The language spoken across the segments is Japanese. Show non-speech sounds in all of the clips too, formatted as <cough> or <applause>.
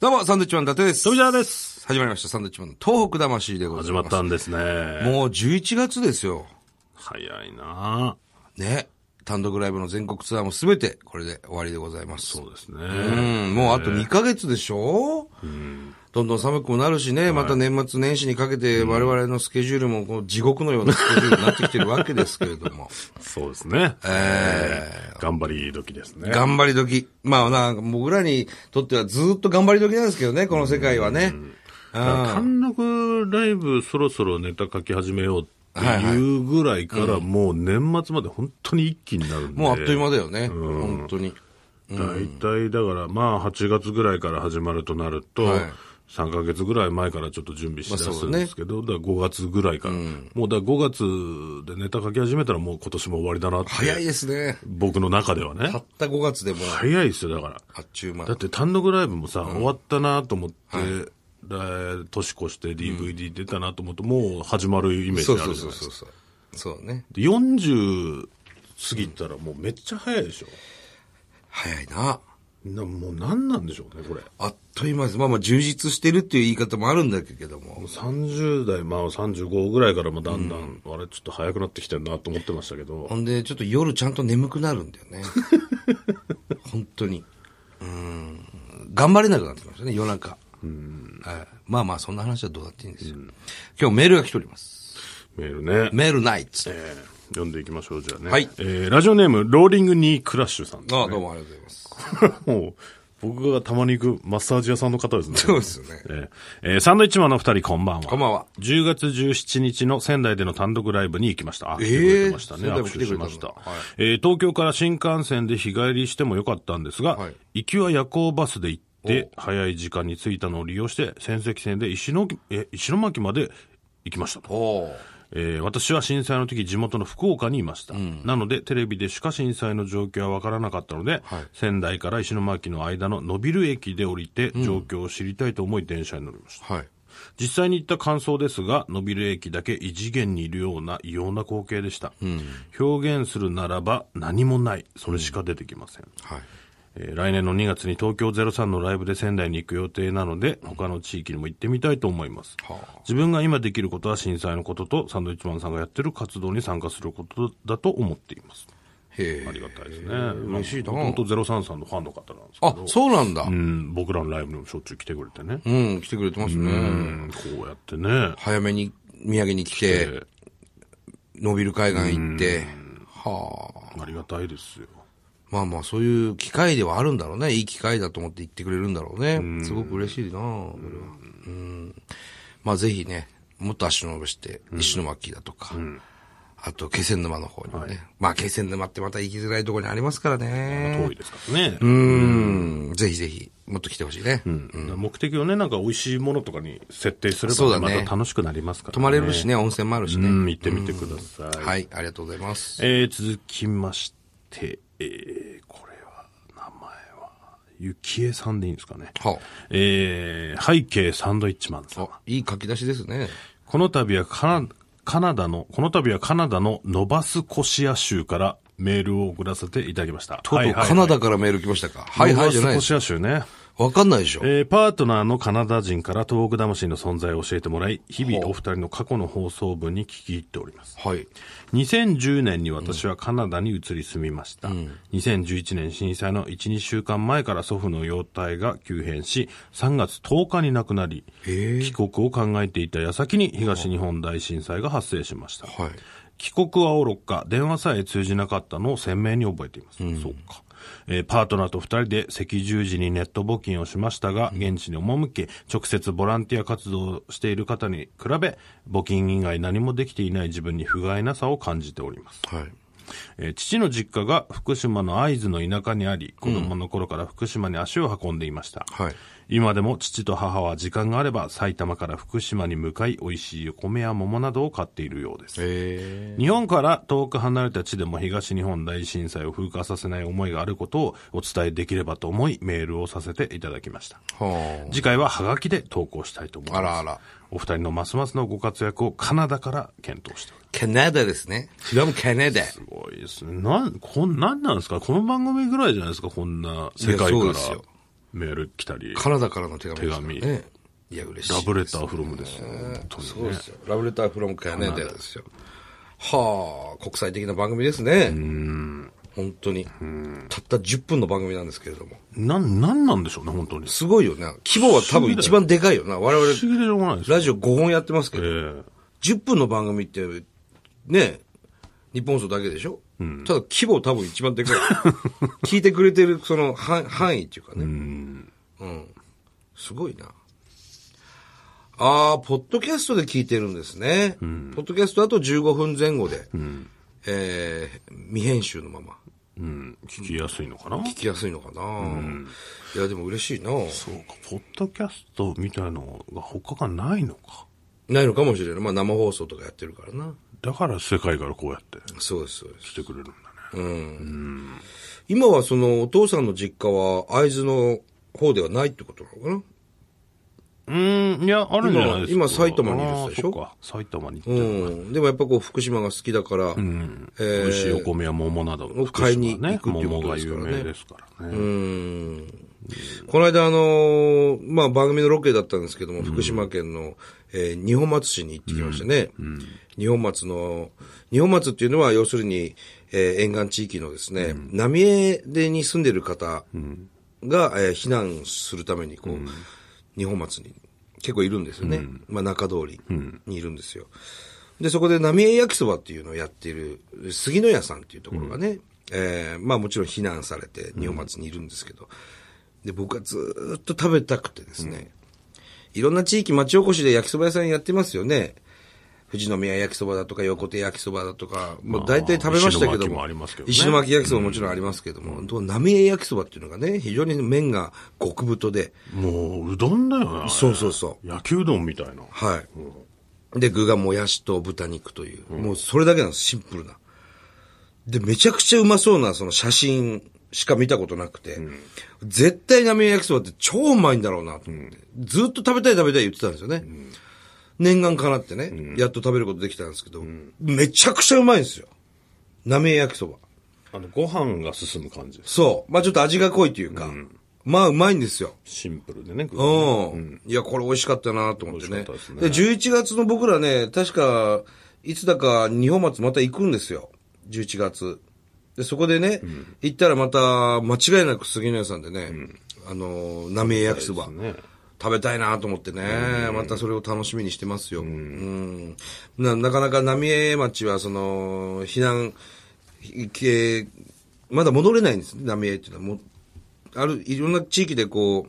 どうも、サンドウィッチマン伊達です。富澤です。始まりました、サンドウィッチマンの東北魂でござ始いま。ますったんですね。もう11月ですよ。早いなね。単独ライブの全国ツアーもすべて、これで終わりでございます。そうですね。うん、もうあと2ヶ月でしょ、どんどん寒くもなるしね、また年末年始にかけて我々のスケジュールもこう地獄のようなスケジュールになってきてるわけですけれど <laughs> も。そうですね。えー頑張り時ですね。頑張り時。まあなんか僕らにとってはずっと頑張り時なんですけどね、この世界はね。単独ライブそろそろネタ書き始めようっていうぐらいからもう年末まで本当に一気になるんで。もうあっという間だよね。本当に。大体だからまあ8月ぐらいから始まるとなると、はい3ヶ月ぐらい前からちょっと準備しだまあそすうんねですけど、だから5月ぐらいから、もうだから5月でネタ書き始めたらもう今年も終わりだなって。早いですね。僕の中ではねた。った5月でもう早いですよ、だから。あっちゅう間だ。って単独ライブもさ、終わったなと思って、来年越して DVD 出たなと思うと、もう始まるイメージそあうるそじゃなういですそか。うそうそう。そうね。で40過ぎたらもうめっちゃ早いでしょ。早いな。なもう何なんでしょうね、これ。あっという間です。まあまあ充実してるっていう言い方もあるんだけども。 30代、まあ35ぐらいからもだんだん、あれちょっと早くなってきてるなと思ってましたけどほ、んで、ちょっと夜ちゃんと眠くなるんだ <laughs> よね。本当に。うん。頑張れなくなってきましたね、夜中。うん。まあまあ、そんな話はどうだっていいんですよ。今日メールが来ております。メールね。メールないっつって。えー読んでいきましょう、じゃあね。はいえーラジオネーム、ローリングにクラッシュさんです、ね。ああ、どうもありがとうございます。 <laughs> もう、僕がたまに行くマッサージ屋さんの方です <laughs> ね。そうですよね。えーえーサンドイッチマンのお二人こんばんは。こんばんは。 10月17日の仙台での単独ライブに行きました。あ、えー来てくれてましたね。仙台も握来てく手れたしのました、はいえー東京から新幹線で日帰りしてもよかったんですが、はい行きは夜行バスで行って、早い時間に着いたのを利用して、仙石線で石のえ石巻まで行きましたと。おーえー私は震災の時地元の福岡にいました、なのでテレビでしか震災の状況は分からなかったので、はい仙台から石巻の間の伸びる駅で降りて状況を知りたいと思い電車に乗りました、はい。実際に行った感想ですが伸びる駅だけ異次元にいるような異様な光景でした、表現するならば何もないそれしか出てきませんはい。えー来年の2月に東京03のライブで仙台に行く予定なので、他の地域にも行ってみたいと思います。はあ自分が今できることは震災のことと、サンドウィッチマンさんがやってる活動に参加することだと思っています。へえ。ありがたいですね。嬉しいな本当03さんのファンの方なんですけあど、、そうなんだう。ん、僕らのライブにもしょっちゅう来てくれてね。うん、来てくれてますうね。ん、こうやってね。早めに宮城に来えて、ー伸びる海岸行って、はあ。ありがたいですよ。まあまあ、そういう機会ではあるんだろうね。いい機会だと思って言ってくれるんだろうね。すごく嬉しいなこれはうん。まあぜひね、もっと足を伸ばして、石巻だとか、あと気仙沼の方にもね。まあ気仙沼ってまた行きづらいところにありますからね。遠いですからね。うん。ぜひぜひ、もっと来てほしいね。うん目的をね、なんか美味しいものとかに設定すれそうばだね、まねた楽しくなりますからね。泊まれるしね、温泉もあるしうね。ん、行ってみてください。はい、ありがとうございます。えー、続きまして、えー、これは、名前は、ゆきえさんでいいんですかね。はえー、背景サンドイッチマンさん。あ、いい書き出しですね。この度はカナカナダの、この度はカナダのノバスコシア州からメールを送らせていただきました。とうとうカナダからメール来ましたか。はいはいじゃノないバスコです。シア州ね。わかんないでしょ。えーパートナーのカナダ人から東北魂の存在を教えてもらい、日々お二人の過去の放送分に聞き入っております。はい。 2010年に私はカナダに移り住みました、2011年震災の12週間前から祖父の容体が急変し3月10日に亡くなりへえ帰国を考えていた矢先に東日本大震災が発生しました、はい。帰国はおろか、電話さえ通じなかったのを鮮明に覚えています。そうか。えーパートナーと二人で赤十字にネット募金をしましたが、現地に赴き、直接ボランティア活動をしている方に比べ、募金以外何もできていない自分に不甲斐なさを感じております。はい。えー父の実家が福島の会津の田舎にあり、子供の頃から福島に足を運んでいました。はい今でも父と母は時間があれば埼玉から福島に向かい、美味しいお米や桃などを買っているようです。え日本から遠く離れた地でも東日本大震災を風化させない思いがあることをお伝えできればと思いメールをさせていただきました。ー、は次回はハガキで投稿したいと思いあ。まあす。らあら。お二人のますますのご活躍をカナダから検討しておりまカナダですね。どうもカナダ。す。すごいですね。なん、こん、なんなんですかこの番組ぐらいじゃないですかこんな世界いやかそうらですよメール来たり、カナダからの手紙ですから手紙ね。いや、嬉しい。ラブレターフロムですよ。本当にそうですよ。ラブレターフロムカナダですよ。はあ、国際的な番組ですね。本当に。たった10分の番組なんですけれども。なん、なんなんでしょうね、本当に。すごいよな。規模は多分一番でかいよな。我不々、思議でしょうがないですよ。ラジオ5本やってますけえど、ー10分の番組って、ね、日本放送だけでしょ、ただ規模多分一番で <laughs> かい。聞いてくれてるその範範囲っていうかね。うん。うん。すごいな。ああ、ポッドキャストで聞いてるんですね。ポッドキャストだと15分前後で、えー未編集のままうん。聞きやすいのかな聞きやすいのかな、いや、でも嬉しいな。そうか、ポッドキャストみたいのが他がないのか。ないのかもしれない。まあ生放送とかやってるからな。だから世界からこうやってそうです、そうです。来てくれるんだね。今はそのお父さんの実家は会津の方ではないってことなのかなうん、いや、あるんじゃないです今か。今埼玉にいる人でしょあーそっか埼玉に行ってうる、ん。でもやっぱこう福島が好きだから、うんえー美味しいお米や桃など、買いに行く福島ってねいうこ桃とがです有からね名ですからね。うんこの間、あのーまあ、番組のロケだったんですけども、福島県の、えー二本松市に行ってきましたね。二本松の、二本松っていうのは、要するに、えー沿岸地域のですね、浪江でに住んでる方が、えー避難するために、こう、二本松に結構いるんですよね。まあ、中通りにいるんですよ。で、そこで浪江焼きそばっていうのをやっている杉野屋さんっていうところがね、えーまあもちろん避難されて二本松にいるんですけど、で、僕はずーっと食べたくてですね、いろんな地域町おこしで焼きそば屋さんやってますよね。富士宮焼きそばだとか、横手焼きそばだとか、もう大体食べましたけど石巻ももありますけど、ね石巻焼きそばももちろんありますけども、どう浪江焼きそばっていうのがね、非常に麺が極太で、もう、うどんだよね。そうそうそう。焼きうどんみたいな。はい。で、具がもやしと豚肉という。もうそれだけなんです、シンプルな。で、めちゃくちゃうまそうな、その写真しか見たことなくて、絶対浪江焼きそばって超うまいんだろうなと思って、ずっと食べたい食べたい言ってたんですよね。念願かなってね、やっと食べることできたんですけど、めちゃくちゃうまいんですよ。浪江焼きそば。あの、ご飯が進む感じです。そう。まあちょっと味が濃いというか、まあうまいんですよ。シンプルでね。具がねうん。いや、これ美味しかったなと思って美ね。味しかでったですね11月の僕らね、確か、いつだか二本松また行くんですよ。11月。で、そこでね、行ったらまた、間違いなく杉野屋さんでね、あの、浪江焼きそば。ね。食べたいなと思ってね、またそれを楽しみにしてますよ。うんななかなか浪江町は、その、避難、ひえーまだ戻れないんですね、浪江っていうのは。もうある、いろんな地域でこ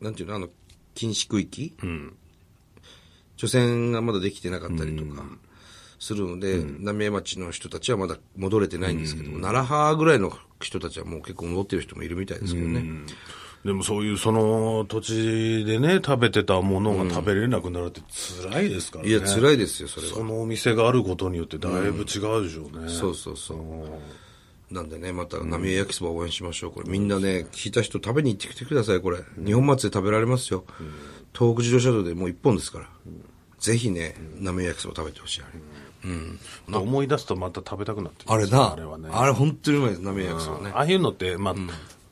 う、なんていうの、あの、禁止区域、ん除染がまだできてなかったりとか。するので、浪江町の人たちはまだ戻れてないんですけども、奈良派ぐらいの人たちはもう結構戻ってる人もいるみたいですけどね。でもそういうその土地でね、食べてたものが食べれなくなるって辛いですからね。いや、辛いですよ、それは。そのお店があることによってだいぶ違うでしょうね。そうそうそう。なんでね、また、浪江焼きそば応援しましょう。これ、みんなね、聞いた人食べに行ってきてください、これ。日本松で食べられますよ。東北自動車道でもう一本ですから。ぜひね、浪江焼きそば食べてほしい。あれ思い出すとまた食べたくなってきあれますな、ああれれはね。本当にうまいです、浪江焼きそばね。ああいうのって、まあ、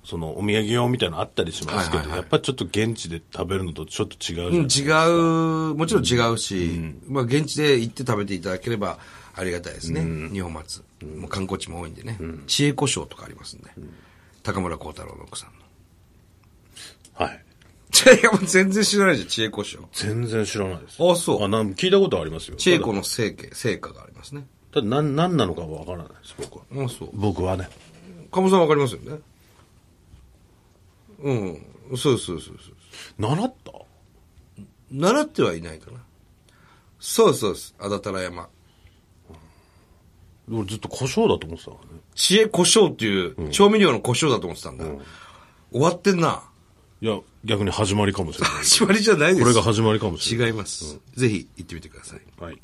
そのお土産用みたいなのあったりしますけど、はいはいはいやっぱりちょっと現地で食べるのとちょっと違ううじゃんん。違う、もちろん違うし、まあ、現地で行って食べていただければありがたいですね。日本松。もう観光地も多いんでね。知恵胡椒とかありますんで。高村光太郎の奥さんの。はい。 <laughs> いや、もう全然知らないじゃん、知恵胡椒。全然知らないです。あそうあ、なん聞いたことありますよ。チェイコの成果成果がありますね。ただ、なん、なんなのかはわからないです、僕は。あそう。僕はね。鴨さんわかりますよね。うん。そうそうそうそう。習った習ってはいないかな。そうそうです。あだたら山。俺ずっと胡椒だと思ってたからね。知恵胡椒っていう調味料の胡椒だと思ってたんだ。終わってんな。いや、逆に始まりかもしれない。始まりじゃ <laughs> ないです。これが始まりかもしれない。違います。ぜひ行ってみてください。はい。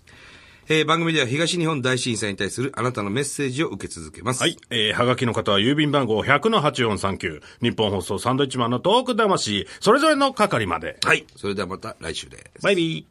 えー、番組では東日本大震災に対するあなたのメッセージを受け続けます。はい。。えー、はがきの方は郵便番号100-8439。日本放送サンドイッチマンのトーク魂。それぞれの係まで。はい。それではまた来週です。バイビー。